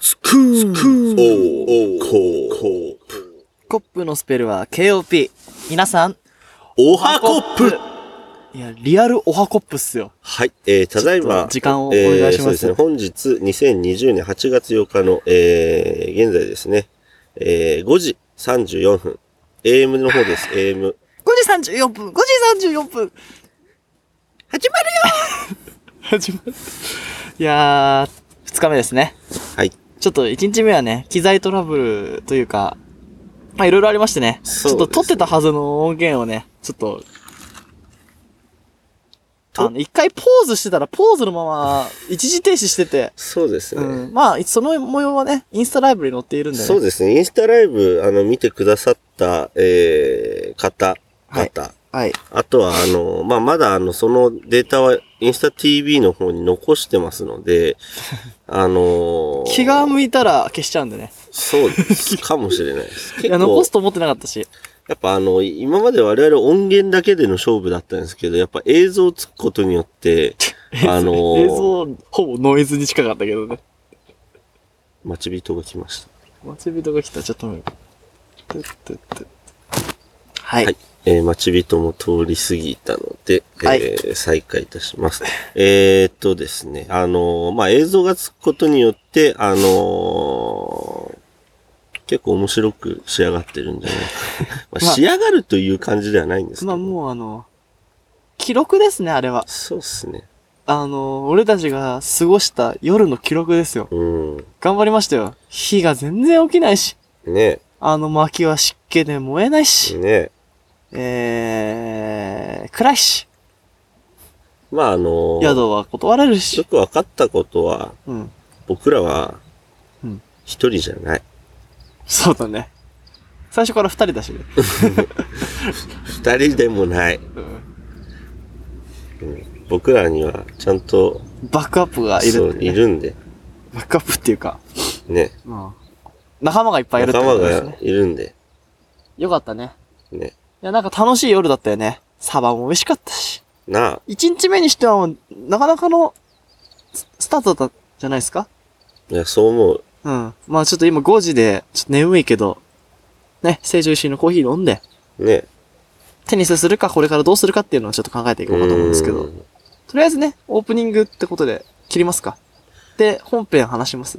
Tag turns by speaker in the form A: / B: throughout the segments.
A: スクール
B: おー、こう、
C: コップのスペルは KOP。皆さん、
B: おはこっぷ
C: いや、リアルオハコップっすよ。
B: はい、えー、ただい
C: ちょっ
B: ま
C: と、時間をお
B: えー
C: 願いし
B: そう
C: ま
B: です
C: す
B: ね、。本日2020年8月8日の、えー、現在ですね、えー、5時34分、AM の方です、AM。
C: 5時34分 !5 時34分
A: 始まるよ
C: 始まる。いやー、2日目ですね。
B: はい。
C: ちょっと1日目はね、機材トラブルというか、まあいろいろありましてね。ち
B: そうです
C: ょっ
B: ね
C: と撮ってたはずの音源をね、ちょっと、
B: と
C: あの、一回ポーズしてたら、ポーズのまま一時停止してて、
B: そうですね。
C: うん、まあ、その模様はね、インスタライブに載っているんでね。
B: そうですね。インスタライブ、あの、見てくださった、えー、方、
C: はい
B: 方、
C: はい。
B: あとは、あの、まあ、まだ、あの、そのデータは、インスタ TV の方に残してますの で、あのー
C: 気が向いたら消しちゃうんでね。
B: そうです。かもしれないです。
C: いや、
B: 結
C: 残
B: 構
C: す、と思ってなかったし。
B: やっぱあの、今まで我々音源だけでの勝負だったんですけど、やっぱ映像をつくことによ って、あのー
C: 映像、ほぼノイズに近かったけどね。
B: 待ち人が来ました。
C: 待ち人が来た、ちょっと待って。てってってはい。
B: はいえー、待ち人も通り過ぎたので、えー
C: はい
B: 再開いたします。えー、っとですね、あのーまあ、映像がつくことによって、あのー結構面白く仕上がってるんじゃないか。 まあ、
C: まあ
B: 仕上がるという感じではないんですけ
C: ま
B: ど。
C: あもうあの、記録ですね、あれは。
B: そうっすね。
C: あの、俺たちが過ごした夜の記録ですよ。
B: うん。
C: 頑張りましたよ。火が全然起きないし、
B: ね
C: あの薪は湿気で燃えない
B: え、
C: し、
B: ねえ。
C: えー、暗いし、
B: まあ、あのー
C: 宿は断られる
B: よ
C: し、
B: く分かったことは、
C: うん。
B: 僕らは
C: うん、
B: 一人じゃない。
C: そうだね。最初から二人だしね。
B: 二人でもない。
C: うん
B: うん僕らには、ちゃんと、
C: バックアップがい
B: そ
C: るっ
B: う
C: てね、
B: いるんで、
C: バックアップっていうか、
B: ね。
C: うん仲間がいっぱいいるって
B: 仲
C: こ
B: 間
C: とです
B: が
C: ね。
B: いるんで、
C: よかったね。
B: ね。
C: いや、なんか楽しい夜だったよね。サバも美味しかったし。
B: なあ、
C: 一日目にしてはもう、なかなかのス、スタートだったじゃないですか
B: いや、そう思う。
C: うん。まあちょっと今5時で、ちょっと眠いけど、ね、成城石井のコーヒー飲んで、
B: ね。
C: テニスするかこれからどうするかっていうのをちょっと考えていこうかと思うんですけ
B: う
C: ど、
B: ん
C: とりあえずね、オープニングってことで切りますか。で、本編話します。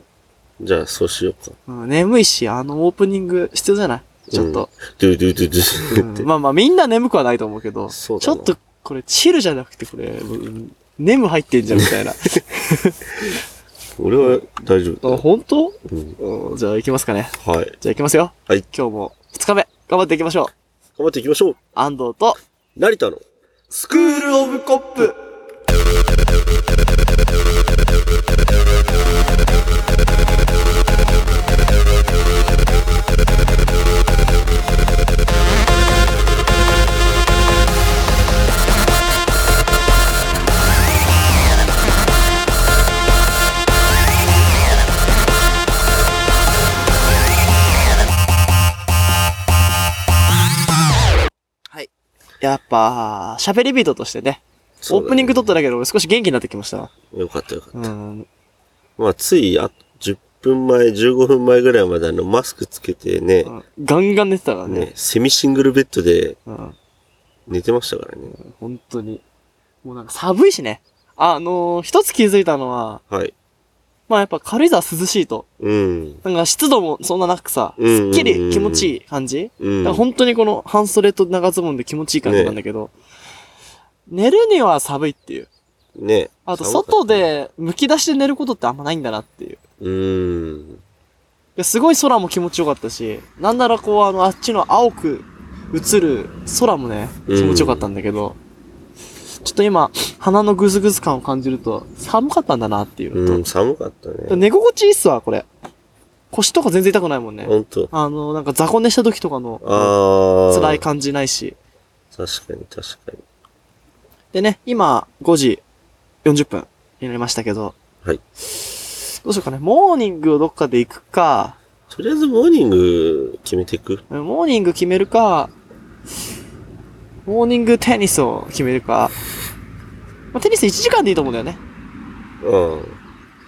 B: じゃあ、そうしようか。
C: うん、眠いし、あのオープニング必要じゃないちょっと、
B: ドゥドゥドゥドゥドゥ って。
C: まあまあみんな眠くはないと思うけど、ち
B: そ
C: ょ
B: うだな
C: っとこれチルじゃなくてこれ、うん眠入ってんじゃんみ たいな。
B: 俺は大丈
C: あ
B: 夫だ。
C: 本当
B: うん
C: うんじゃあ行きますかね。
B: はい。
C: じゃあ行きますよ。
B: はい。
C: 今日も2日目、頑張っていきましょう。
B: 頑張っていきましょう
C: 安藤と、
B: 成田の
C: スクールオブコップ。やっぱ、喋り人としてね、オープニング撮っただけで俺少し元気になってきましたわ。
B: よかったよかった。
C: うん。
B: まあ、つい、あと10分前、15分前ぐらいまであの、マスクつけてね、
C: ガンガン寝てたから
B: ね
C: ね。、
B: セミシングルベッドで
C: うん。
B: 寝てましたからね。
C: 本当に。もうなんか寒いしね。あのー、一つ気づいたのは、
B: はい。
C: まあやっぱ軽井沢涼しいと。
B: うん。
C: なんか湿度もそんななくさ、
B: うんうんうん
C: すっきり気持ちいい感じ。
B: う
C: だ
B: ん。
C: から本当にこの半袖と長ズボンで気持ちいい感じなんだけど、寝るには寒いっていう。
B: ね。
C: あと
B: 寒かった
C: 外。で剥き出しで寝ることってあんまないんだなっていう。
B: うん。
C: ですごい空も気持ちよかったし、なんならこう、あの、あっちの青く映る空もね、
B: うん
C: 気持ちよかったんだけど、ちょっと今、鼻のグズグズ感を感じると、寒かったんだなっていうの
B: う
C: と、
B: ん、寒かったね。
C: 寝心地いいっすわ、これ。腰とか全然痛くないもんね。
B: ほんと。
C: あの、なんか雑魚寝した時とかの、
B: あー。
C: 辛い感じないし。
B: 確かに確かに。
C: でね、今、5時40分になりましたけど、
B: はい。
C: どうしようかね、モーニングをどっかで行くか、
B: とりあえずモーニング決めていく
C: モーニング決めるか、モーニングテニスを決めるか、まあ、テニス1時間でいいと思うんだよね。
B: うん。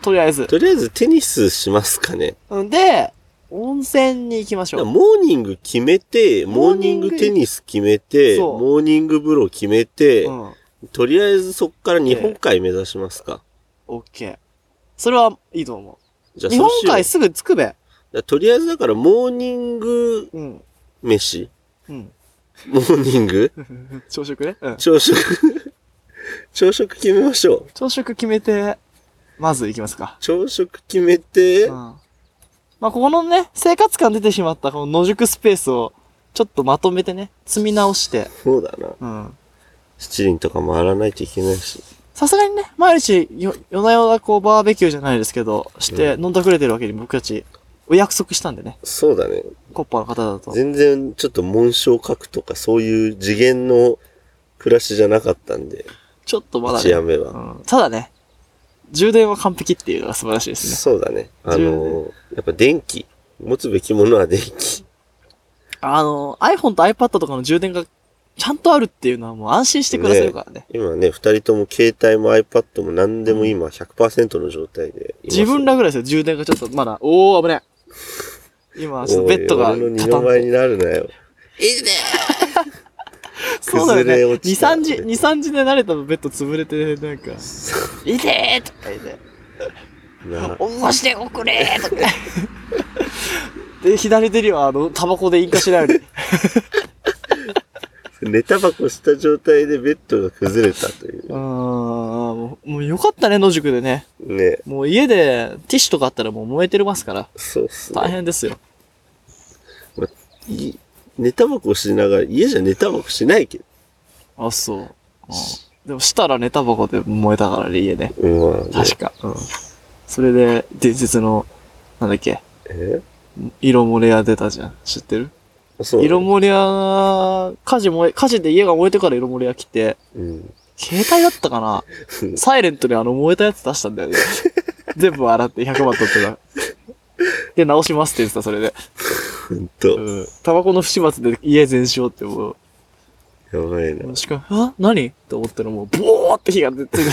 C: とりあえず。
B: とりあえずテニスしますかね。
C: うんで、温泉に行きまし
B: だから
C: ょ
B: モーニング決めて、モーニングテニス決めて、
C: そう
B: モーニング風呂決めて、
C: う。うん。
B: とりあえずそっから日本海目指しますか。
C: オッケー。それはいいと思
B: じゃ
C: う。
B: あ
C: 日本
B: そうしよう
C: 海すぐ着くべ。
B: だからとりあえずだからモーニング
C: うん。
B: 飯
C: うん。
B: モーニング
C: 朝食ね。うん。
B: 朝食朝食決めましょう。
C: 朝食決めて、まず行きますか。
B: 朝食決めて、
C: うん。まあ、ここのね、生活感出てしまったこの野宿スペースを、ちょっとまとめてね、積み直して、
B: そうだな。
C: うん。
B: 七輪とか回らないといけないし。
C: さすがにね、毎日よ、夜な夜なこうバーベキューじゃないですけど、して
B: う
C: 飲んだくれてるわけに僕たち、お約束したんでね、
B: そうだね。
C: コッパの方だと。
B: 全然ちょっと紋章書くとかそういう次元の暮らしじゃなかったんで、
C: ちょっとまだ
B: 一夜
C: ね、
B: 目
C: う
B: は。
C: ん。ただね、充電は完璧っていうのが素晴らしいですね。
B: そうだね。あの、やっぱ電気。持つべきものは電気。
C: あの、iPhone と iPad とかの充電がちゃんとあるっていうのはもう安心して暮らせるからね。
B: 今ね、二人とも携帯も iPad も何でも今100%の状態でいますね、
C: 自分らぐらいですよ、充電がちょっとまだ、おー、危ねえ。今、ちょっとベッドが
B: おい俺の二
C: 固
B: の
C: ま
B: 前になるなよ。
C: そうだ
B: 崩れ
C: よね。2、
B: 落ちた
C: 3時、2、3時で慣れたベッド潰れて、なんか、いてーとか言って、
B: な
C: 起こしておくれー とか。で、左手には、あの、タバコで引火しないように。
B: 寝タバコした状態でベッドが崩れたという
C: う。ーん、もう、もうよかったね、野宿でね。
B: ね。
C: もう家で、ティッシュとかあったらもう燃えてますから。
B: そうっす
C: 大
B: ね。
C: 変ですよ。
B: い寝タバコしながら、家じゃ寝タバコしないけど。
C: あ、そう。うんでも、したらね、タバコで燃えたからね、家で。
B: うん、まあね、
C: 確か。うん。それで、伝説の、なんだっけ、
B: え
C: 色漏れ屋出たじゃん。知ってる
B: そう。
C: 色漏れ屋、火事燃え、火事で家が燃えてから色漏れ屋来て、
B: うん。
C: 携帯だったかなサイレントであの燃えたやつ出したんだ よね。全部洗って100万取ってた。で、直しますって言ってた、それで。
B: ほんと。
C: うん。タバコの不始末で家全焼ってもう、
B: やばいな。
C: しかも、あ何って思ったらもう、ボーって火が出てくる。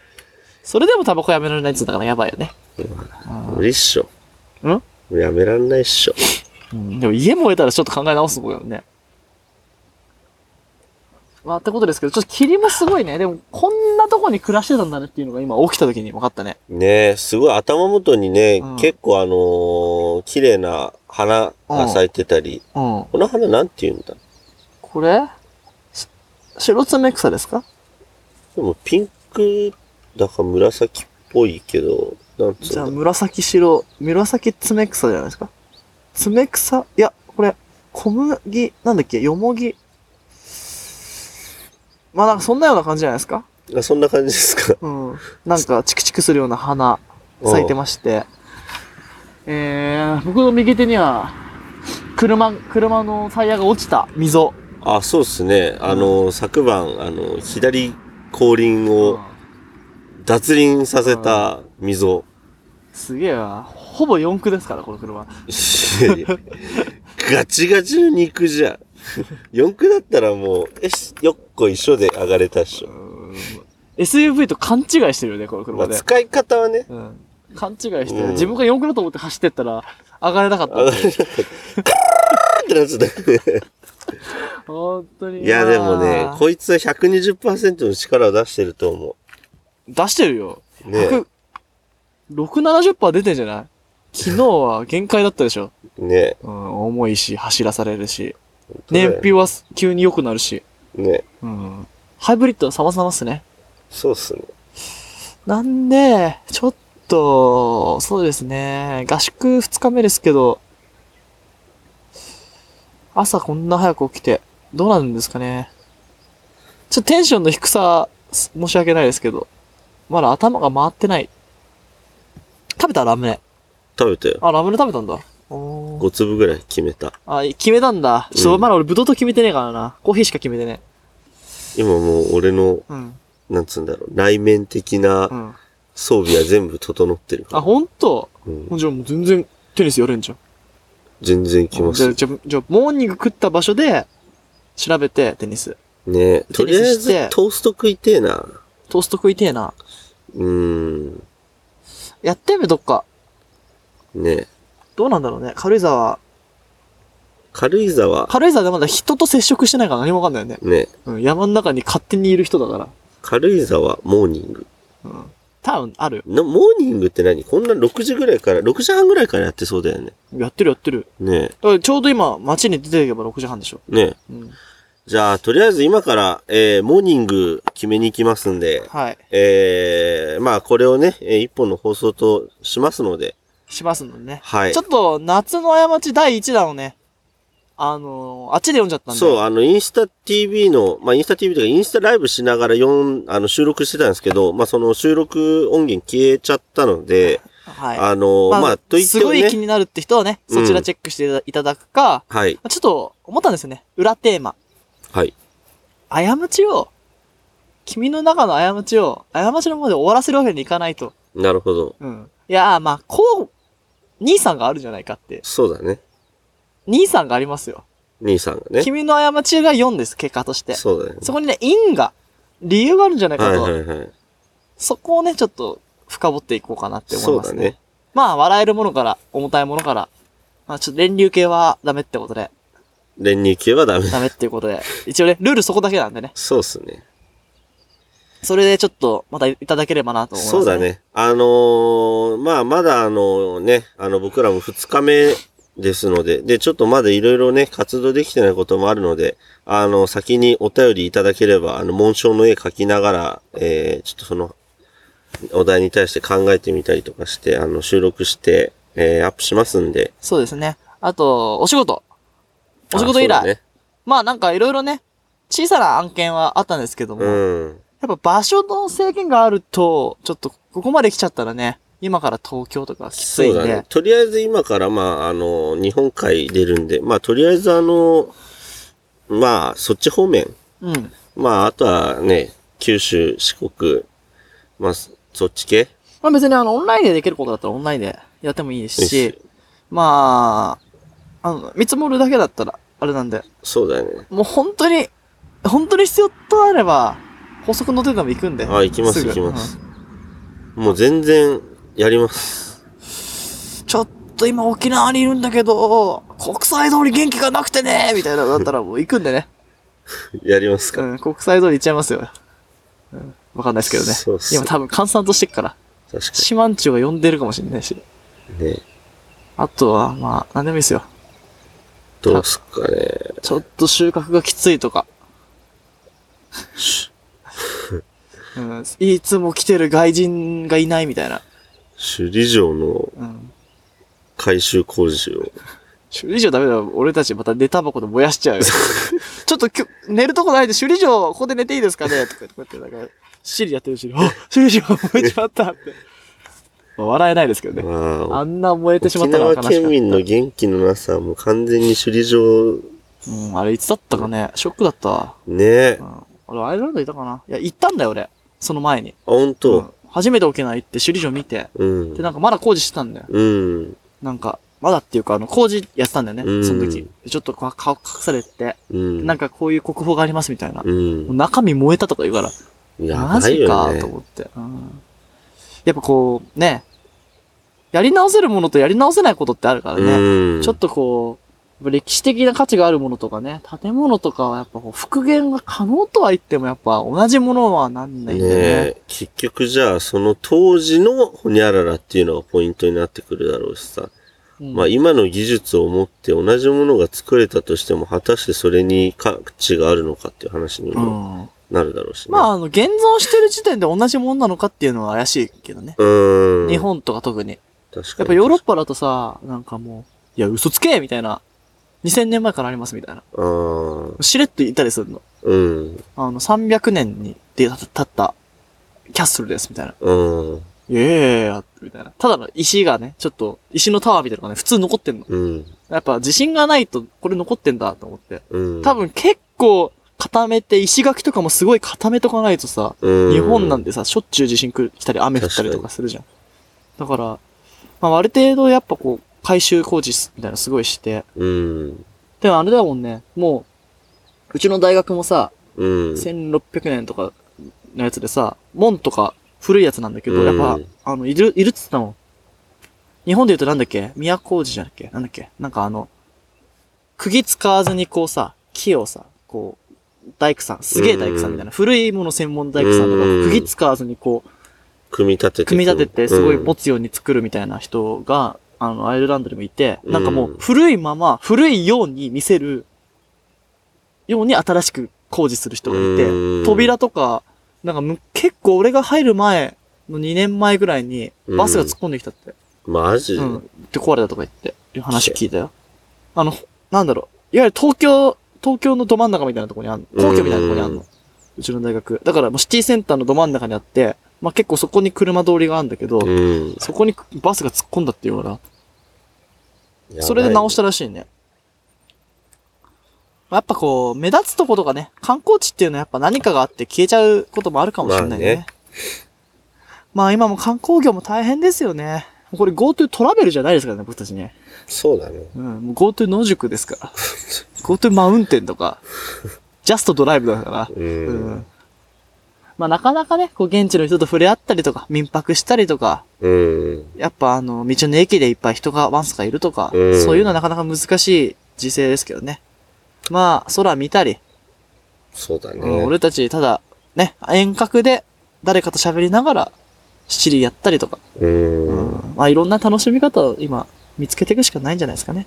C: それでもタバコやめられないって言ったからやばいよね。
B: 無理っしょ。
C: う
B: も
C: ん
B: うやめらんないっしょ。
C: でも家燃えたらちょっと考え直すとこだよね。まあ、ってことですけど、ちょっと霧もすごいね。でも、こんなとこに暮らしてたんだねっていうのが今起きた時に分かったね。
B: ねえ、すごい頭元にね、
C: うん
B: 結構あのー綺麗な花が咲いてたり、
C: うん。
B: この花なんて言うんだ
C: これし白爪草ですか
B: でもピンクだか紫っぽいけど、なんつ
C: じゃあ、
B: うんだ
C: 紫白、紫爪草じゃないですか爪草いや、これ、小麦、なんだっけよもぎ。まあ、なんかそんなような感じじゃないですか
B: あそんな感じですか。
C: うん。なんか、チクチクするような花、 咲いてまして。えー、僕の右手には、車、車のタイヤが落ちた溝。
B: あ、そうですね。あの、昨晩、あの、左後輪
C: う
B: を
C: ん
B: 脱輪させた溝。
C: すげえわ。ほぼ四駆ですから、この車。
B: いやいやガチガチの肉じ ゃん。四駆だったらもう、えし、よっこ一緒で上がれたっしょ。
C: SUV と勘違いしてるよね、この
B: ま
C: 車
B: あ、
C: で。
B: 使い方はね、
C: うん。勘違いして、
B: うん
C: 自分が四駆だと思って走ってったら、上がれなかった
B: 上が れなかった。カーってなって たね。
C: 本当に。
B: いや、でもね、
C: こ
B: こいつは120%の力を出してると思
C: 出してるよ。
B: う。ね
C: 100 6、70%出てんじゃない昨日は限界だったでしょ。
B: ね
C: うん、重いし、走らされるし。
B: だ
C: 燃
B: よ
C: 費は急に良くなるし。
B: ね
C: うん。ハイブリッドは様々っすね。
B: そうっすね。
C: なんで、ちょっと、そうですね。合宿2日目ですけど、朝こんな早く起きて、どうなるんですかね。ちょっとテンションの低さ、す申し訳ないですけど、まだ頭が回ってない。食べたラムネ。
B: 食べたよ。
C: あ、ラムネ食べたんだ。おー
B: 5粒ぐらい決めた。
C: あ、決めたんだ。ちょっ
B: う
C: と
B: ん
C: まだ俺ブドウと決めてねえからな。コーヒーしか決めてね
B: 今もう俺の、
C: え。うん。
B: なんつうんだろう、内面的
C: う。
B: なん装備は全部整ってる
C: あ、
B: か
C: ほんと
B: ら。うん、
C: じゃあもう全然テニスやれんじゃん。
B: 全然来ま
C: じゃあ、
B: す。
C: じゃあ、じゃあモーニング食った場所で、調べて、テニス。
B: ね
C: ス
B: とりあえ
C: して
B: ずトースト食いてえな。
C: トースト食いてえな。
B: うーん。
C: やってみるどっか。
B: ね
C: どうなんだろうね。軽井沢、
B: 軽井沢、
C: 軽井沢でまだ人と接触してないから何もわかんないよね。
B: ね
C: うん、山の中に勝手にいる人だから。
B: 軽井沢モーニング。
C: うん。多分あるよ。
B: のモーニングって何こんな6時ぐらいから、6時半ぐらいからやってそうだよね。
C: やってるやってる。
B: ね
C: だからちょうど今、街に出ていけば6時半でしょ。
B: え。ねえ。
C: うん。
B: じゃあ、とりあえず今から、えー、モーニング決めに行きますんで、
C: はい。
B: えー、まあこれをね、えー一本の放送としますので、
C: しますのでね。
B: はい
C: ちょ。っと、夏の過ち第1弾をね、あのー、あっちで読んじゃったんで。
B: そう、
C: う。
B: あの、インスタ TV の、まあ、インスタ TV というか、インスタライブしながら4、あの、収録してたんですけど、まあ、その収録音源消えちゃったので、
C: はい。
B: あの、まあ、と言って
C: す
B: も
C: ごい気
B: ね、
C: になるって人はね、そちらチェックしていただくか、
B: はい、
C: ちょっと思ったんですよね。裏テーマ。
B: はい、
C: 過ちを、君の中の過ちを、過ちのままで終わらせるわけにいかないと。
B: なるほど。
C: うん。いやー、まあ、こう、兄さんがあるじゃないかって。
B: そうだね。
C: 兄さんがありますよ。
B: 兄さんがね。
C: 君の過ちが4です、結果として。そ
B: そうだね。
C: こにね、因が、理由があるんじゃないか
B: はい
C: と。
B: はいはい。
C: そこをね、ちょっと深掘っていこうかなって思い
B: そう
C: ま
B: だ
C: すね。
B: ね。
C: まあ、笑えるものから、重たいものから、まあ、ちょっと連流系はダメってことで、
B: 練乳系はダメ。
C: ダメっていうことで、一応ね、ルールそこだけなんでね、
B: そうっすね。
C: それでちょっと、またいただければなと思います、
B: そうだ。ね。あのーまあ、まだあのね、あの、僕らも2日目ですので、で、ちょっとまだいろいろね、活動できてないこともあるので、あの、先にお便りいただければ、あの、紋章の絵描きながら、えー、ちょっとその、お題に対して考えてみたりとかして、あの、収録して、えー、アップしますんで。
C: そうですね。あと、お仕事。お仕事
B: あ
C: 以来。
B: そうだね。
C: まあ、なんかいろいろね、小さな案件はあったんですけども、
B: う
C: や
B: ん。
C: っぱ場所の制限があると、ちょっと、ここまで来ちゃったらね、今から東京とかきつい
B: そう
C: んで、
B: だね。とりあえず今から、まあ、あの、日本海出るんで、まあ、とりあえずあの、まあ、そっち方面。
C: うん。
B: まあ、あとはね、九州、四国、まあ、そそっち系
C: まあ別にあの、オンラインでできることだったらオンラインでやってもいいです
B: です
C: し、まあ、あの、見積もるだけだったら、あれなんで、
B: そうだよね。
C: もう本当に、本当に必要とあれば、法則の手でも行くんで。
B: あ、行きます、
C: ぐ
B: 行きます。。もう全然、やります。
C: うんちょっと今沖縄にいるんだけど、国際通り元気がなくてねみたいなのだったらもう行くんでね。
B: やりますか。
C: うん、国際通り行っちゃいますよ。うん、わかんないですけどね。
B: そうそう
C: 今多分閑散としてっから、
B: 確か
C: 四万中が呼んでるかもしれないし。
B: にね。
C: あとは、まあ、何でもいいですよ。
B: どうすっかね。
C: ちょっと収穫がきついとか。うん、いつも来てる外人がいないみたいな。
B: 首里城の
C: うん。
B: 改修工事 を。
C: 首里城ダメだよ。俺たちまた寝タバコで燃やしちゃう よ。ちょっときょ寝るとこないで首里城ここで寝ていいですかねとかこうやってなんか、シリやってるし、 あ首里城燃えちまったって。まあ 笑えないですけどね。
B: ま
C: あ
B: あ、
C: んな燃えてしま
B: 沖
C: ったら悲し
B: 縄
C: かった。
B: 県民の元気のなさはもう完全に首里城、
C: うん、あれいつだったかね。ショックだったわ。
B: ね
C: う。ん。俺アイルランドいたかないや、行ったんだよ俺。その前に。
B: あ、ほん
C: うん
B: と。
C: 初めて沖縄行って首里城見て。
B: うん
C: で、。なんかまだ工事してたんだよ。
B: うん。
C: なんか、まだっていうか、あの、工事やってたんだよね、
B: うん
C: その時。ちょっとこう顔隠されて、
B: うん。
C: なんかこういう国宝がありますみたいな。
B: う。
C: もうん中身燃えたとか言うから、
B: や
C: マ
B: ばい
C: ジ
B: よ
C: か
B: ね
C: と。思って、うん。やっぱこう、ね、やり直せるものとやり直せないことってあるからね。
B: うん。
C: ちょっとこう、やっぱ歴史的な価値があるものとかね、建物とかはやっぱこう復元が可能とは言ってもやっぱ同じものはなんないんでね。
B: ねえ、結局じゃあ、その当時のホニャララっていうのがポイントになってくるだろうしさ。
C: うん
B: まあ今の技術を持って同じものが作れたとしても、果たしてそれに価値があるのかっていう話に
C: う
B: も
C: ん。
B: なるだろうしね。
C: まあ、あの、現存してる時点で同じもんなのかっていうのは怪しいけどね。
B: うーん。
C: 日。本とか特に。
B: 確か
C: やっ
B: に。
C: ぱヨーロッパだとさ、なんかもう、いや、嘘つけみたいな。2000年前からありますみたいな。
B: あー
C: しれっと言ったりするの。
B: うん。
C: あの、300年にで建ったキャッスルですみたいな。
B: うん。
C: いやいやいや、みたいな。ただの石がね、ちょっと、石のタワーみたいなのがね、普通残ってんの。
B: うん。
C: やっぱ自信がないと、これ残ってんだと思って。
B: うん。
C: 多分結構、固めて、石垣とかもすごい固めとかないとさ、
B: うん、
C: 日本なんでさ、しょっちゅう地震来たり、雨降ったりとかするじゃん。だから、まあ、ある程度やっぱこう、改修工事みたいなのすごいして。
B: うん。
C: でもあれだもんね、もう、うちの大学もさ、
B: うん。
C: 1600年とかのやつでさ、門とか古いやつなんだけど、やっぱ
B: うん、
C: あの、いる、いるっつったの。日本で言うとなんだっけ宮古寺じゃなっけなんだっけなんかあの、釘使わずにこうさ、木をさ、こう、大工さん、すげえ大工さんみたいな、古いもの専門大工さんとか、
B: うん
C: 釘使わずにこう、
B: 組み立てていく。
C: 組み立てて、すごい
B: うん
C: 持つように作るみたいな人が、あの、アイルランドでもいて、なんかも
B: う、
C: うん古いまま、古いように見せる、ように新しく工事する人がいて、
B: うん
C: 扉とか、なんかむ結構俺が入る前の2年前ぐらいにバスが突っ込んできたって。
B: マジ
C: うん。って壊れたとか言って、いう話聞いたよ。あの、なんだろう。いわゆる東京、東京のど真ん中みたいなところにあんの。皇居みたいなところにあん
B: う
C: の。うちの大学。だからもうシティセンターのど真ん中にあって、まあ結構そこに車通りがあるんだけど、
B: うん。。
C: そこにバスが突っ込んだっていうから、それで直したたらしいね。やっぱこう、目立つとことかね、観光地っていうのはやっぱ何かがあって消えちゃうこともあるかもしれないね。まあ
B: まあね
C: 今も観光業も大変ですよね。これ GoTo トラベルじゃないですからね、僕たちね。
B: そうだね。
C: うん、もう GoTo 野宿で すから。GoTo マウンテンとか、ジャストドライブだから。
B: う
C: うんん。まあなかなかね、こう現地の人と触れ合ったりとか、民泊したりとか、
B: うん。
C: やっぱあの、道の駅でいっぱい人がワンスがいるとか、
B: うん
C: そういうのはなかなか難しい時勢ですけどね。まあ、空見たり、
B: そうだね。
C: うん俺たちただ、ね、遠隔で誰かと喋りながら、七里やったりとか、
B: うん。
C: まあいろんな楽しみ方を今、見つけていくしかないんじゃないですかね。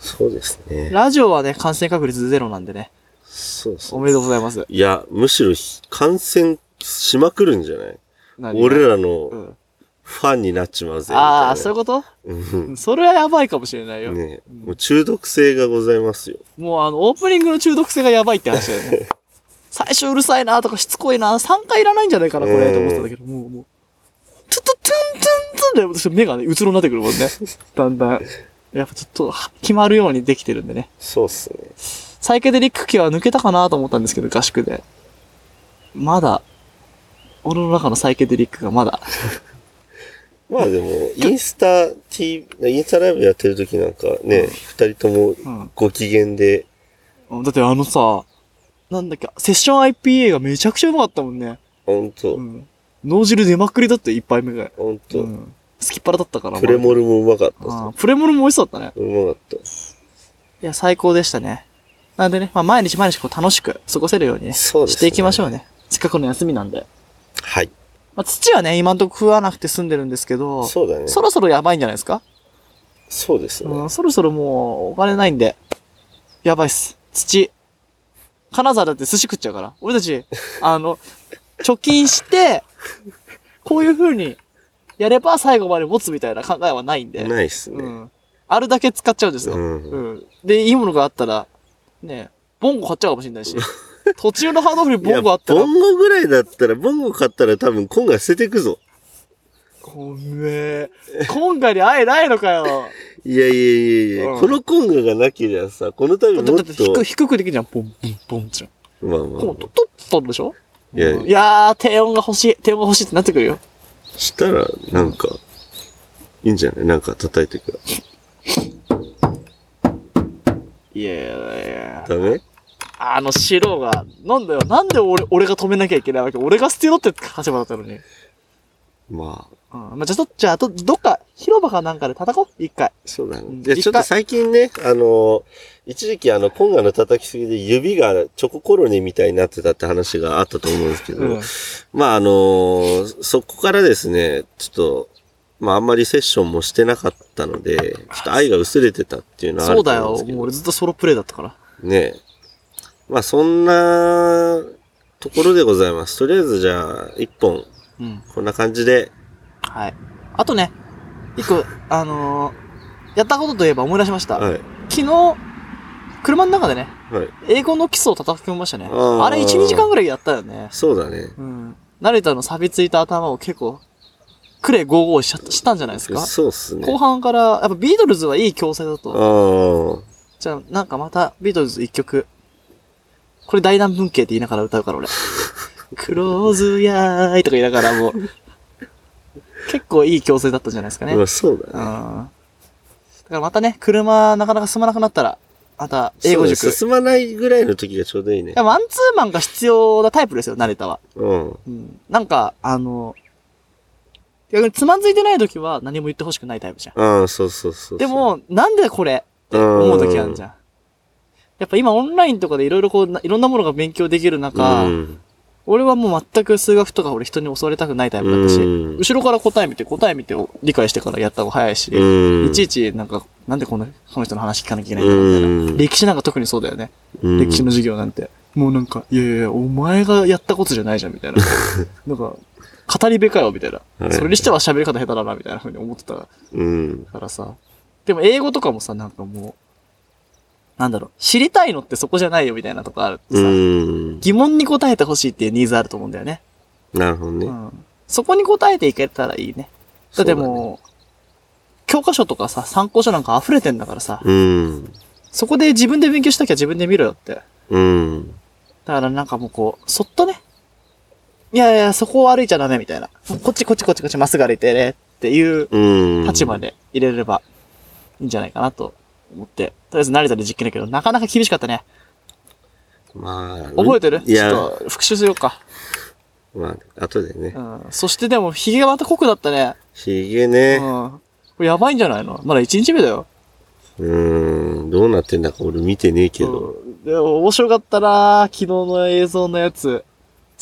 B: そうですね。
C: ラジオはね、感染確率ゼロなんでね、
B: そうそ
C: お
B: う。
C: めでとうございます。
B: いや、むしろひ感染しまくるんじゃない俺
C: ら、
B: ら
C: う
B: の
C: ん、
B: ファンになっちまうぜ。
C: ああ、そうい
B: こ
C: うこと
B: と
C: うんそれはやばいかもしれないよ。
B: ねもう中毒性がございますよ。
C: もうあの、オープニングの中毒性がやばいって話だよ ね。最初うるさいなとかしつこいな、3回いらないんじゃないかな、こ
B: う
C: れ、
B: ん
C: と思ってたんだけど、もう、もう、トゥトゥトゥントゥントゥンで、私目がね、うつろになってくるもん ね。だんだん。やっぱちょっと、は決まるようにできてるんでね。
B: そうっすね。
C: サイケデリック系は抜けたかなと思ったんですけど、合宿で。まだ、俺の中のサイケデリックがまだ。
B: まあでも、インスタ T、インスタライブやってる時なんかね、二、人と
C: ん
B: もご機嫌で、
C: だってあのさ、なんだっけ、セッション IPA がめちゃくちゃうまかったもんね。
B: ほんと
C: う、ん。脳汁出まくりだって一杯目が。
B: ほんと、
C: うん。好きっ腹だったから。
B: プレモルもうまかったっ
C: ああプレモルも美味しそうだったね。
B: す。うまかった。
C: いや、最高でしたね。なんでね、まあ、毎日毎日こう楽しく過ごせるようにね、
B: そうですね
C: していきましょうね。せっかくの休みなんで。
B: はい。
C: まあ、土はね、今んとこ食わなくて済んでるんですけど、
B: そうだね。
C: そろそろやばいんじゃないですか、
B: そうですね。
C: うん、そろそろもうお金ないんで、やばいっす。土。金沢だって寿司食っちゃうから。俺 たち、あの、貯金して、こういう風にやれば最後まで持つみたいな考えはないんで。
B: ないっす
C: う
B: ね。
C: ん。あるだけ使っちゃうんですよ。
B: うん
C: うん。で、いいものがあったら、ね、ボンゴ買っちゃうかもしれないし。途中のハードオフに
B: い
C: ボ
B: や
C: ンゴあったら
B: ボ、ンゴぐらいだったら、ボンゴ買ったら多分今回捨ててくぞ。
C: ごめえ。今回に会えないの かよ。
B: いやいやいやいや、
C: うん
B: このコンゴがなければさ、この度
C: だって、
B: も
C: だ
B: っ
C: って低
B: と
C: く、、低くできるじゃん。ボン、ボン、ボンじゃん。
B: まあまあ
C: こう、取っとんでしょ
B: いや
C: うんいやー、低音が欲しい。低音が欲しいってなってくるよ。
B: したら、なんか、いいんじゃないなんか叩いてく
C: いやいやいや。
B: ダメ
C: あの、白が、なんだよ。なんで俺、俺が止めなきゃいけないわけ俺が捨てろって立場だったのに。
B: まあ、
C: うん。まあ、じゃあ、じゃあ、あと、どっか、広場かなんかで叩こう。一回。
B: そうだね
C: ん。
B: いや、
C: 一回
B: ちょっと最近ね、あの、一時期あの、コンガの叩きすぎで指がチョココロネみたいになってたって話があったと思うんですけど、まああのそこからですね、ちょっと、まああんまりセッションもしてなかったので、ちょっと愛が薄れてたっていうのはあ
C: そう
B: ると
C: だ
B: 思うんです
C: よ。
B: け
C: もう
B: ど、
C: 俺ずっとソロプレイだったから。
B: ねえ。まあそんなところでございます。とりあえずじゃあ、一本、
C: うん。
B: こんな感じで、
C: はい。あとね、一個、あのーやったことといえば思い出しました。
B: はい。
C: 昨日、車の中でね、
B: はい。
C: 英語の基礎を叩き込みました
B: あ
C: ね。
B: ー
C: あれ1、2時間ぐらいやったよね。
B: そうだね。
C: うん。成田の錆びついた頭を結構、クレ55しちゃったしたんじゃないですか
B: そうっすね。
C: 後半から、やっぱビートルズはいい教材だ
B: あ
C: と。
B: あ。
C: じゃあ、なんかまた、ビートルズ一曲。これ大団文系って言いながら歌うから、俺。クローズやーいとか言いながらもう。結構いい強制だったんじゃないですかね。う
B: ま
C: ん。
B: あ、
C: だ
B: そうだね。
C: からまたね、車なかなか進まなくなったら、また、英語
B: そう
C: 塾。
B: ね進まないぐらいの時がちょうどいいね
C: いや。マンツーマンが必要なタイプですよ、慣れたは。
B: うん。
C: うん。なんか、あの、逆につまずいてない時は何も言ってほしくないタイプじゃん。
B: ああ、そうそうそうそう。
C: で、も、なんでこれって思う時あるじゃん。やっぱ今オンラインとかでいろいろこうな、いろんなものが勉強できる中、
B: うん。
C: 俺はもう全く数学とか俺人に教われたくないタイプだったし、
B: うん
C: 後ろから答え見て答え見てを理解してからやった方が早いし、
B: うん。
C: いちいちなんか、なんでこのこの人の話聞かなきゃいけないんだろうみたいな。
B: うん。
C: 歴史なんか特にそうだよね。
B: うん
C: 歴史の授業なんて。もうなんか、いやいやいや、お前がやったことじゃないじゃん、みた いな。なんか、語り部かよ、みたいな
B: は。い
C: それにしては喋り方下手だな、みたいな風に思ってた
B: うん。
C: からさ。でも英語とかもさ、なんかもう、なんだろう、知りたいのってそこじゃないよ、みたいなとこあるって
B: う
C: さ、
B: ん。
C: 疑問に答えてほしいっていうニーズあると思うんだよね。
B: なるほどね。
C: うん。そこに答えていけたらいいね。だってもう、教科書とかさ、参考書なんか溢れてんだからさ、
B: そうだね。
C: そこで自分で勉強しなきゃ自分で見ろよって。
B: うん。うん。
C: だからなんかもうこう、そっとね。いやいや、そこを歩いちゃダメみたいな。もうこっちこっちこっちこっちまっすぐ歩いてねっていう
B: うん。
C: 立場。で入れればいいんじゃないかなと思って。とりあえず慣れたで実験だけど、なかなか厳しかったね。
B: まあ。
C: 覚えてる
B: いや
C: ち、ょっと復習しようか。
B: まあ、後でね
C: う。ん。そしてでも、髭がまた濃くなったね。
B: ひげ
C: う
B: ね
C: ん。。これやばいんじゃないのまだ1日目だよ。
B: うん。どうなってんだか俺見てねえけど。
C: うんでも面白かったな昨日の映像のやつ。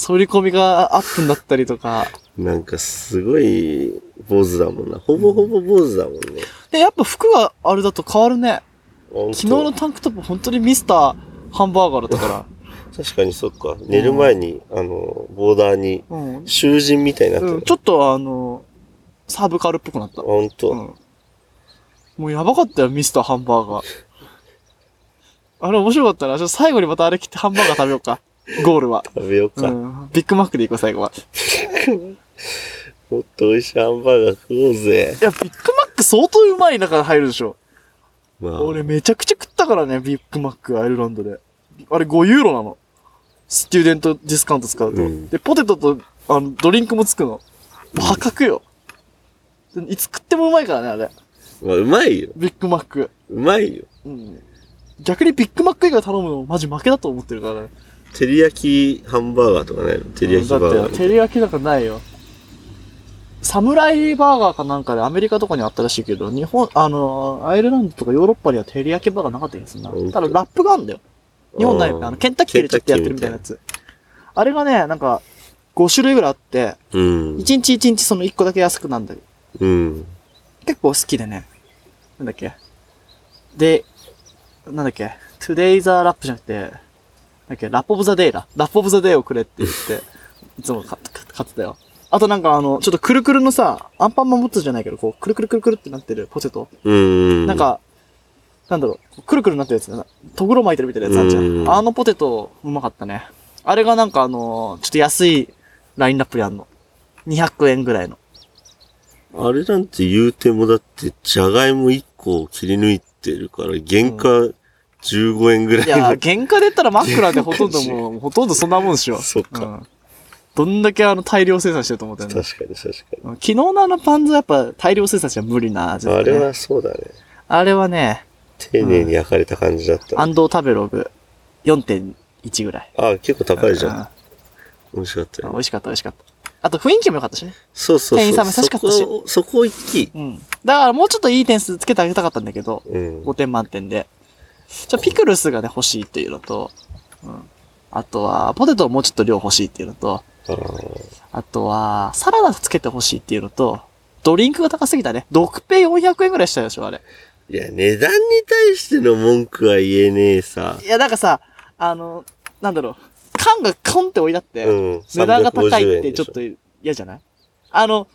C: 反り込みがアップになったりとか。
B: なんかすごい坊主だもんな。ほぼほぼ坊主だもんね。
C: で、やっぱ服があれだと変わるね。
B: 昨
C: 昨日のタンクトップ本当にミスターハンバーガーだったか
B: 確かにそっか。寝る前に、あの、ボーダーに、
C: ら。うん。
B: 囚人みたいになってる。
C: うん、ちょっとあの、サブカルっぽくなった。
B: ほん
C: う
B: と。
C: ん。もうやばかったよ、ミスターハンバーガー。あれ面白かったな。ちょっと最後にまたあれ切ってハンバーガー食べよう か。ゴールは。
B: 食べよう
C: う
B: か。
C: ん。ビッグマックでいこう、最後は。
B: もっと美味しいハンバーガー食おうぜ。
C: いや、ビッグマック相当うまい中入るでしょ。
B: まあ、
C: 俺めちゃくちゃ食ったからね、ビッグマックアイルランドで。あれ5ユーロなの。スチューデントディスカウント使うと。
B: うん
C: で、ポテトとあのドリンクもつくの。破格よ。でいつ食ってもうまいからね、あれ。
B: まあ、うまいよ。
C: ビッグマック。
B: うまいよ。
C: うん。逆にビッグマック以外頼むのマジ負けだと思ってるからね。
B: 照り焼きハンバーガーとかないの照り焼きバー
C: だ
B: ガ
C: って、
B: ー。
C: 照り焼きなんかないよ。サムライバーガーかなんかでアメリカとかにあったらしいけど、日本、あのーアイルランドとかヨーロッパには照り焼きバーガーなかったんですな
B: 本。当
C: ただラップがあるんだよ。日本ないよね。
B: あー
C: あの、ケンタッキーでちょっとやってるみたいなやつ。あれがね、なんか、5種類ぐらいあって、
B: うん。
C: 1日1日その1個だけ安くなんだよ。
B: うん。
C: 結構好きでね。なんだっけ。で、なんだっけ。Today the Rap じゃなくて、なんだっけ、ラップオブザデイだ。ラップオブザデイをくれって言って、いつも買って買ってたよ。あとなんかあの、ちょっとくるくるのさ、アンパンマンモットじゃないけど、こう、くるくるくるくるってなってるポテト。
B: うん。
C: なん、か、なんだろう、くるくるなってるやつ、とぐろ巻いてるみたいなやつあるじゃ。
B: うんん
C: あのポテト、うまかったね。あれがなんかあのーちょっと安いラインナップやんの。200円ぐらいの。
B: あれなんて言うてもだって、じゃがいも1個を切り抜いてるから、原価15円ぐらい
C: いや
B: の。
C: ー、原価で言ったらマックなんてほとんども う、ほとんどそんなもんでしょ。
B: そっか
C: んどんだけあの大量生産してると思ったよね。
B: 確かに確か
C: うん昨日のあのパンズはやっぱ大量生産じゃ無理な味
B: に。
C: だ
B: あ
C: ったね
B: れはそうだね。
C: あれはね、
B: 丁寧に焼かれた感じだった。
C: 安藤食べログ4.1ぐらい。
B: あ、結構高いじゃ
C: うん
B: ん。美味しかった
C: うん
B: よ
C: 美。味しかった美味しかった。あと雰囲気も良かったしね。
B: そうそうそう。
C: 店員さんも優しかったし
B: そこ、そこ行き。
C: うん。だからもうちょっといい点数つけてあげたかったんだけど、
B: うん。
C: 5点満点で。じゃあピクルスがね、欲しいっていうのと、うん。あとは、ポテトをもうちょっと量欲しいっていうのと、
B: あー
C: あとは、サラダつけてほしいっていうのと、ドリンクが高すぎたね。毒ペイ400円ぐらいしたでしょ、あれ。
B: いや、値段に対しての文句は言えねえさ。
C: いや、なんかさ、あの、なんだろう、缶がコンって置いてあって、
B: うん。
C: 値段が高いっ
B: 350円
C: て
B: で
C: ち
B: し
C: ょっと嫌じゃないあの、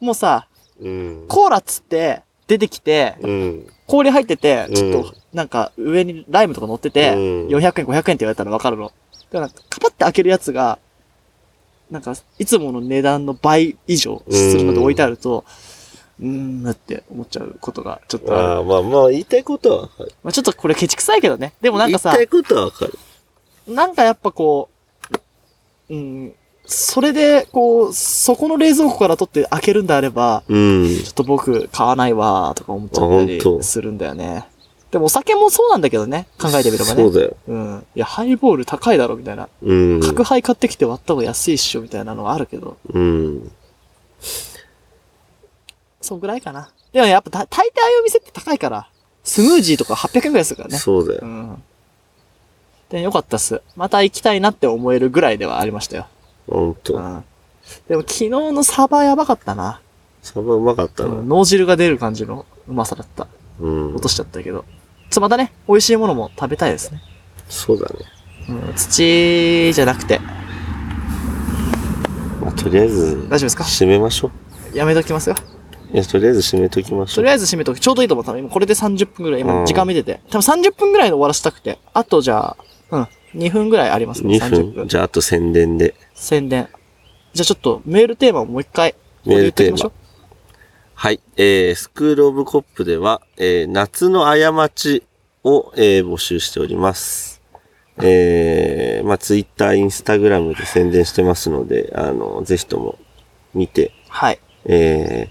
C: もうさ、
B: うん。
C: コーラっつって、出てきて、
B: うん。
C: 氷入ってて、ちょっ
B: うん
C: と、なんか、上にライムとか乗ってて、
B: うん
C: 400円、500円って言われたらわかるの。だから、カパって開けるやつが、なんか、いつもの値段の倍以上するので置いてあると、うーん、って思っちゃうことが、ちょっとあ
B: あ
C: る。
B: あ、まあまあ、言いたいことはわかる。
C: まあ、ちょっとこれケチくさいけどね。で
B: で
C: もなんかさ
B: 言い、たいことはわかる。
C: なんかやっぱこう、うん、それで、こう、そこの冷蔵庫から取って開けるんであれば、
B: うん。
C: ちょっと僕買わないわーとか思っちゃった
B: あ本
C: り
B: 当
C: するんだよね。でもお酒もそうなんだけどね。考えてみればね。
B: そうだよ。
C: うん。いや、ハイボール高いだろ、みたいな。
B: うん。
C: 角杯買ってきて割った方が安いっしょ、みたいなのはあるけど。
B: うん。
C: そうぐらいかな。でもやっぱ、た大抵ああいうお店って高いから、スムージーとか800円ぐらいするからね。
B: そうだ
C: う
B: よ。
C: ん。で、よかったっす。また行きたいなって思えるぐらいではありましたよ。
B: ほん
C: う
B: と。
C: ん。でも昨日のサバやばかったな。
B: サバうまかった
C: う
B: な。
C: ん脳汁が出る感じのうまさだった。
B: うん
C: 落。としちゃったけど。ちょっとまたね、美味しいものも食べたいですね。
B: そうだね。
C: うん、土じゃなくて、
B: まあ、とりあえず、
C: 大丈夫ですか
B: 締めましょ
C: やめときますよ。
B: う。いや、とりあえず締めときまし
C: と
B: ょう
C: り。あえず締めとく。ちょうどいいと思ったの。今これで30分ぐらい。
B: う
C: 今
B: ん
C: 時間見てて。多分30分ぐらいで終わらせたくて。あとじゃあ、うん。2分ぐらいありますね。30
B: 2分。
C: 分。
B: じゃあ、あと宣伝で。
C: 宣伝。じゃあちょっとメールテーマをもう一回。
B: メールテーマ
C: ここで言っときましょう
B: はい。えー、スクールオブコップでは、えー、夏の過ちを、えー募集しております。えー、まあ、ツイッター、インスタグラムで宣伝してますので、あの、ぜひとも見て、
C: はい。
B: え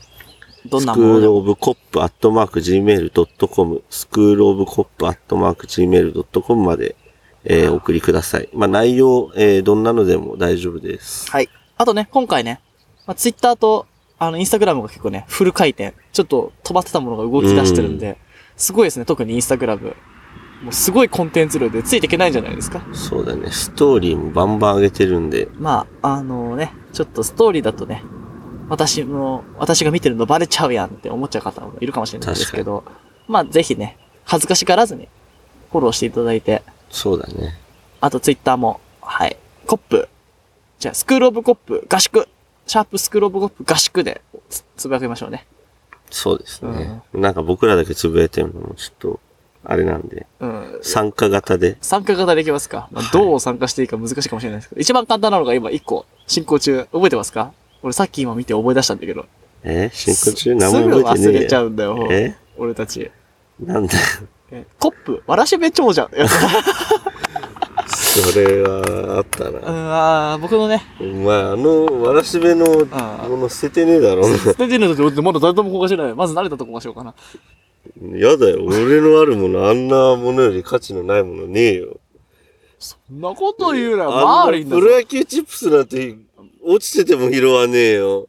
B: ー、
C: どん
B: ス
C: な
B: ク
C: もの
B: ー
C: で
B: ル
C: も
B: オブコップアットマーク Gmail.com、スクールオブコップアットマーク Gmail.com まで、えー、お送りください。まあ、内容、えー、どんなのでも大丈夫です。
C: はい。あとね、今回ね、まあ、ツイッターと、あの、インスタグラムが結構ね、フル回転。ちょっと飛ばってたものが動き出してるんで、すごいですね、特にインスタグラム。もうすごいコンテンツ量でついていけないんじゃないですか。
B: そうだね。ストーリーもバンバン上げてるんで、
C: まあ、あのね、ちょっとストーリーだとね、私の、私が見てるのバレちゃうやんって思っちゃう方もいるかもしれないですけど、まあぜひね、恥ずかしがらずにフォローしていただいて、
B: そうだね。
C: あとツイッターも、はい、コップ、じゃあスクールオブコップ合宿、シャープスクールオブコップ合宿でつつぶやきましょうね。
B: そうですね。なんか僕らだけつぶやいてるのもちょっと、あれなんで、
C: うん。
B: 参加型で。
C: 参加型できますか、まあ、どう参加していいか難しいかもしれないですけど、一番簡単なのが今1個進行中、覚えてますか俺さっき今見て覚え出したんだけど。
B: え進行中何も覚え
C: す
B: て
C: ぐ
B: ね
C: 忘
B: え
C: れちゃうんだよ。
B: え
C: 俺たち。
B: なんだよ
C: えコップ、わらしべ長者。
B: それは、あった
C: う
B: な。
C: ん、僕のね、
B: お前、あの、わらしべの
C: あ
B: もの捨ててねえだろ。
C: 捨ててるのとまだ誰とも交換してない。まず慣れたとこがしようかな。
B: やだよ。俺のあるもの、あんなものより価値のないものねえよ。
C: そんなこと言うな、
B: あ
C: マー
B: ん
C: リン
B: なプ
C: だぞ
B: ロ野球チップスなんて、落ちてても拾わねえよ。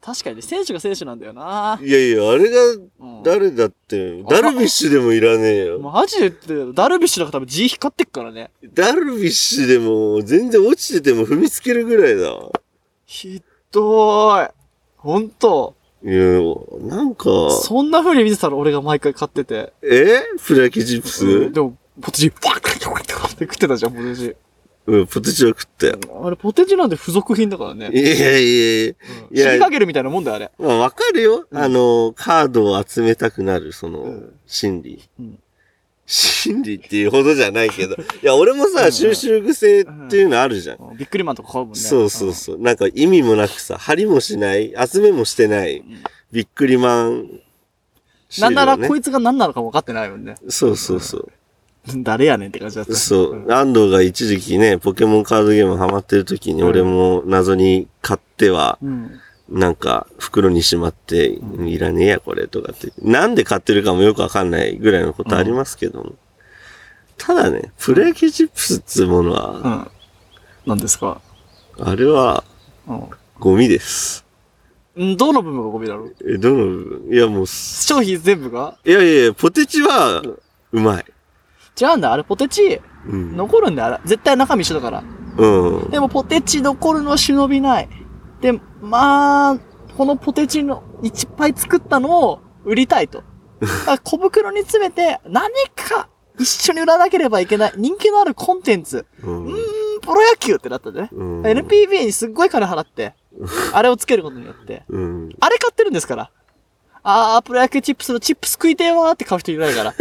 C: 確かに、選手が選手なんだよな。
B: いやいや、あれが
C: うん
B: 誰だって、ダルビッシュでもいらねえよ。
C: マジで言ってるダルビッシュなんか多分 G 光ってっからね。
B: ダルビッシュでも、全然落ちてても踏みつけるぐらいだ。
C: ひどーい。ほんと。
B: いや、なんか、
C: そんな風に見てたの俺が毎回買ってて。
B: えプラキジップス、
C: うんでも、ポテチ、バッて食ってたじゃん、ポテチ。
B: うん、ポテチは食ったよ。
C: あれ、ポテチなんて付属品だからね。
B: いやいやいや
C: うん
B: いや
C: 死にかけるみたいなもんだよ、あれ。
B: まあわかるよ。
C: うん
B: あの、カードを集めたくなる、その、
C: うん
B: 心理。
C: うん
B: 心理っていうほどじゃないけ ど。いや、俺も
C: うんう
B: さ、
C: ん
B: 収集癖っていうのあるじゃん。
C: うんビックリマンとか買うもんね。
B: そうそうそう。なんか意味もなくさ、張りもしない、集めもしてない
C: ん、
B: びっくりマンシー
C: な
B: ル
C: ん
B: ね、
C: ならこいつが何なのかも分かってないもんね。
B: そうそうそう。
C: 誰やねんって感じだった。
B: そうう。安藤が一時期ね、ポケモンカードゲームハマってる時に、
C: うん
B: 俺も謎に買っては、
C: うん。
B: なんか袋にしまって、いらねえやこれとかって。なんで買ってるかもよくわかんないぐらいのことありますけども。ただね、プロ野球チップスっつうもの
C: う
B: は、
C: ん。何ですか
B: あれは
C: う
B: ゴミです。
C: ん。どの部分がゴミだろう
B: え、どの部分いやもうす、
C: 商品全部が
B: いやいやいや、ポテチは、うまい。
C: 違うんだ、あれポテチ
B: うん。
C: 残るんだよ、あれ。絶対中身一緒だから。
B: うん。
C: でもポテチ残るのは忍びない。で、まあ、このポテチのいっぱい作ったのを売りた いと。だから小袋に詰めて何か一緒に売らなければいけない人気のあるコンテンツ。
B: うん。
C: うん、プロ野球ってなったんだね。
B: うん。
C: NPB にすっごい金払 って、あれをつけることによって、
B: うん。
C: あれ買ってるんですから。あー、プロ野球チップスのチップス食いてえわーって買う人いないから。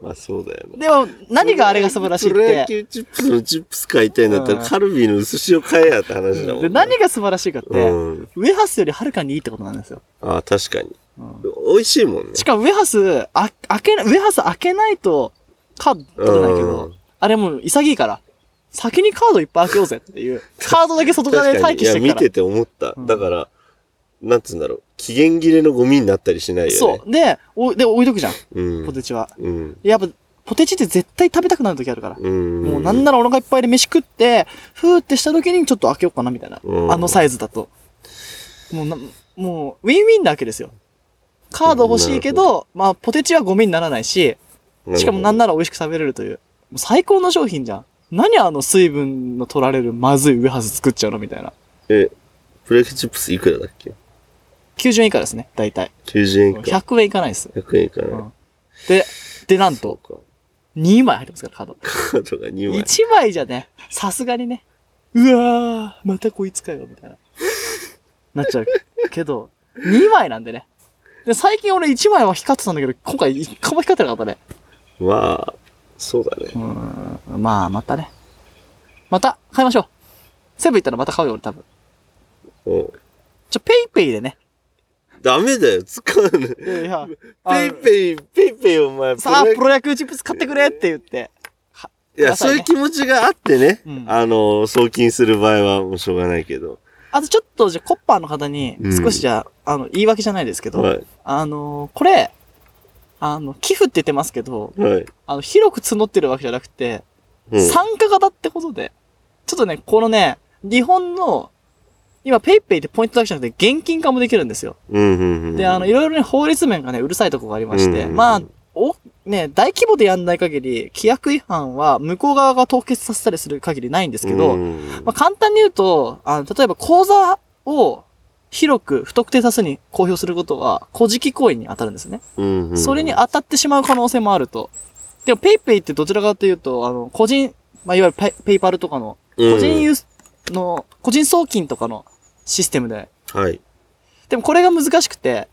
B: まあそうだよね。
C: でも、何があれが素晴らしい
B: プロ野
C: っ
B: 球
C: て、
B: チップスのチップス買いたいんだった
C: う
B: ら、
C: ん
B: カルビーの薄塩買えやって話だもん、
C: で何が素晴らしいかって、
B: うん。
C: ウェハースよりはるかにいいってことなんですよ。
B: ああ、確かに。
C: うん
B: 美味しいもんね。
C: しかもウェハース、あ、開けな、ウェハース開けないと、カード取れないけど、
B: うん
C: あれもう潔いから、先にカードいっぱい開けようぜっていう、カードだけ外
B: 確
C: 側
B: か
C: で
B: に。
C: 待機して
B: い
C: る
B: や、
C: か
B: 見
C: ら
B: て。て思った。
C: うん
B: だから、なんつうんだろう。期限切れのゴミになったりしないよね。
C: そう。で、おで、置いとくじゃん、
B: う。うん。
C: ポテチは。
B: うん。
C: やっぱ、ポテチって絶対食べたくなる時あるから。
B: うん。
C: もうなんならお腹いっぱいで飯食って、ふーってした時にちょっと開けようかなみたいな。
B: うん
C: あのサイズだと。もうな、もう、ウィンウィンなわけですよ。カード欲しいけど、まあ、ポテチはゴミにならないし、しかもなん
B: な
C: なら美味しく食べれるという。もう最高の商品じゃん。何あの水分の取られるまずいウエハース作っちゃうのみたいな。
B: るほど。え、フレークチップスいくらだっけ
C: 90円以下ですね、大体。
B: ?90 円か。
C: 100円いかないです。
B: 100円いか
C: う
B: ない。
C: んで、で、なんと、
B: そうか。
C: 2枚入ってますから、カード。
B: カードが2枚。
C: 1枚じゃね、さすがにね、うわー、またこいつかよ、みたいな。なっちゃうけど、2枚なんでね。で、最近俺1枚は光ってたんだけど、今回1個も光ってなかったね。
B: まあ、そうだね
C: う。ーん、まあ、またね。また、買いましょう。セブン行ったらまた買うよ、俺多分。
B: うん
C: ちょ、ペイペイでね。
B: ダメだよ、使うの。
C: いやいや、
B: ペイペイ、ペイペイお前、
C: さあ、
B: プロ
C: プロ野球チップス買ってくれって言って。
B: いや、
C: ください
B: そう
C: ね
B: いう気持ちがあってね、
C: うん
B: あの、送金する場合はもうしょうがないけど。
C: あとちょっと、じゃあコッパーの方に
B: う、ん
C: 少しじゃあ、あの、言い訳じゃないですけど、
B: は
C: あのーこれ、あの、寄付って言ってますけど、
B: い。はい。
C: あの、広く募ってるわけじゃなくて、
B: うん。
C: 参加型ってことで、ちょっとね、このね、日本の、今、ペイペイってポイントだけじゃなくて、現金化もできるんですよ。
B: うんうんうん。
C: で、あの、いろいろね、法律面がね、うるさいとこがありまして、
B: うん
C: まあ、お、ね、大規模でやんない限り、規約違反は向こう側が凍結させたりする限りないんですけど、
B: うん
C: まあ、簡単に言うと、あの、例えば口座を広く不特定多数に公表することは、古事記行為に当たるんですね。
B: うんうん
C: それに当たってしまう可能性もあると。でも、ペイペイってどちらかというと、あの、個人、まあ、いわゆるペイペイパルとかの、個人ユースの、個人送金とかのシステムで、
B: うんはい。
C: でもこれが難しくて、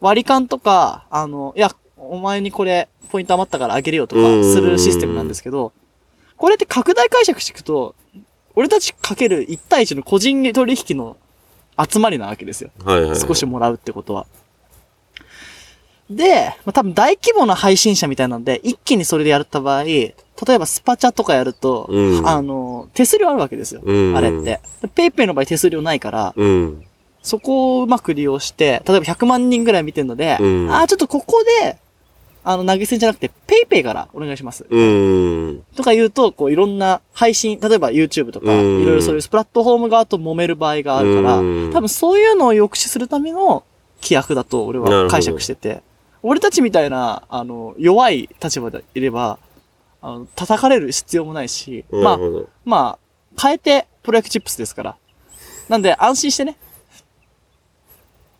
C: 割り勘とか、あの、いや、お前にこれ、ポイント余ったからあげるよとか
B: うんうんうん
C: するシステムなんですけど、これって拡大解釈していくと、俺たちかける1対1の個人取引の集まりなわけですよ。
B: はいはい。
C: 少しもらうってことは。で、まあ、多分大規模な配信者みたいなので、一気にそれでやった場合、例えばスパチャとかやると、
B: うん
C: あの、手数料あるわけですよ。
B: うん
C: あれって。でペイペイの場合手数料ないから、
B: うん。
C: そこをうまく利用して、例えば100万人ぐらい見てるので、
B: うん
C: ああ、ちょっとここで、あの、投げ銭じゃなくて、ペイペイからお願いします。
B: うん。
C: とか言うと、こう、いろんな配信、例えば YouTube とか、
B: うん
C: いろいろそういうプラットフォーム側と揉める場合があるから、
B: うん
C: 多分そういうのを抑止するための規約だと俺
B: なるほ
C: は
B: ど
C: 解釈してて、俺たちみたいな、あの、弱い立場でいれば、あの、叩かれる必要もないし、ま
B: な
C: あ
B: る、ほど。
C: まあ、変えてプロ野球チップスですから。なんで、安心してね。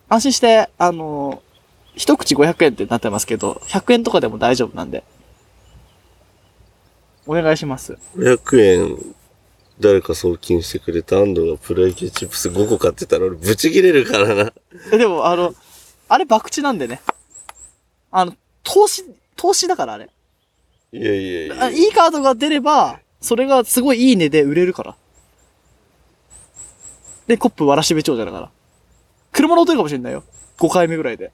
C: 安心して、あのー一口500円ってなってますけど、100円とかでも大丈夫なんで。お願いします。
B: 500円、誰か送金してくれた安藤がプロ野球チップス5個買ってたら俺ブチ切れるからな。
C: え、でも、あの、あれ、博打なんでね。あの、投資、投資だから、あれ。
B: いやいやい
C: あ
B: や。
C: いいカードが出れば、それがすごいいい値で売れるから。で、コップわらしべ長者だから。車乗ってるかもしれないよ。5回目ぐらいで。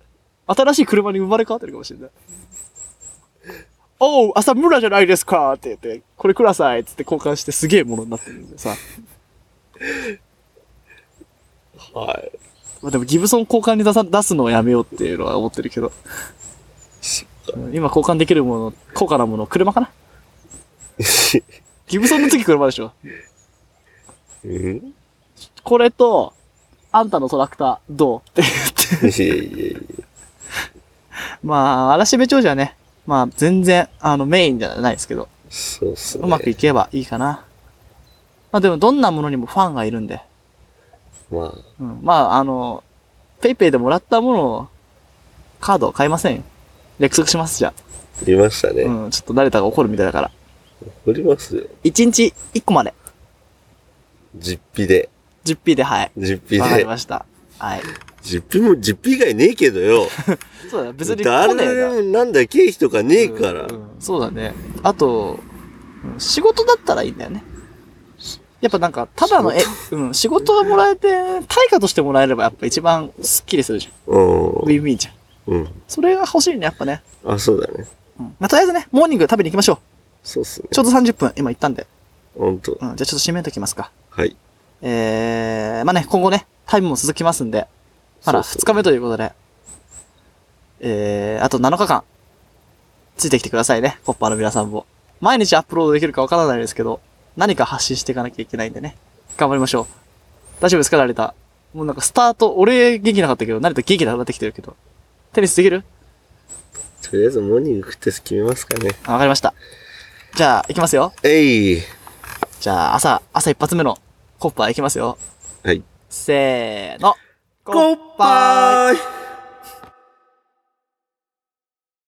C: 新しい車に生まれ変わってるかもしれない。おう、朝村じゃないですかって言って、これくださいっつって交換してすげえものになってるんでさ。
B: はい。
C: まあでもギブソン交換に出さ出すのをやめようっていうのは思ってるけど。うん今交換できるもの、高価なもの、車かなギブソンの次車でしょ。
B: うん
C: これと、あんたのトラクター、どうって言って。
B: いやいやいや。
C: まあ、嵐部長じゃね、まあ、全然、あの、メインじゃないですけど、
B: そうっすね。
C: うまくいけばいいかな。まあ、でも、どんなものにもファンがいるんで、
B: まあ。
C: うん、まあ、あの、ペイペイでもらったものを、カードを買いませんよ。約束します、じゃ
B: 言いましたね。
C: あ。うん、ちょっと誰だか怒るみたいだから。
B: おりますよ。
C: 1日1個まで、
B: 実費で。
C: 10P で、はい。
B: 実費
C: わかり
B: で。
C: ました。はい。
B: 実費も実費以外ねえけどよ。
C: そうだ、別に来ねえな。
B: 誰なんだよ経費とかねえから。
C: うんそうだねあとうん仕事だったらいいんだよねやっぱなんかただのえ、うん、仕事がもらえて対価としてもらえればやっぱ一番スッキリするじゃん
B: う
C: ウィンウィンじゃん
B: ん。うん。
C: それが欲しいねやっぱね、
B: あ、そうだね。
C: うんまあ、とりあえずねモーニング食べに行きましょう
B: そうっすね。
C: ちょうど30分今行ったんで、
B: ほんと
C: う。ん、じゃあちょっと締めときますか
B: はい。
C: えー、まあね今後ねタイムも続きますんでまだ
B: そうそう
C: 2日目ということでえー、あと7日間ついてきてくださいね、コッパーの皆さんも。毎日アップロードできるかわからないですけど、何か発信していかなきゃいけないんでね。頑張りましょう。大丈夫ですか、成田。もうなんかスタート、俺元気なかったけど、成田元気なくなってきてるけど。テニスできる
B: とりあえずモーニング食って決めますかね。
C: あわかりました。じゃあ、行きますよ。
B: えい
C: じゃあ、朝、朝一発目のコッパー行きますよ。
B: はい。
C: せーの。
B: コッパーイ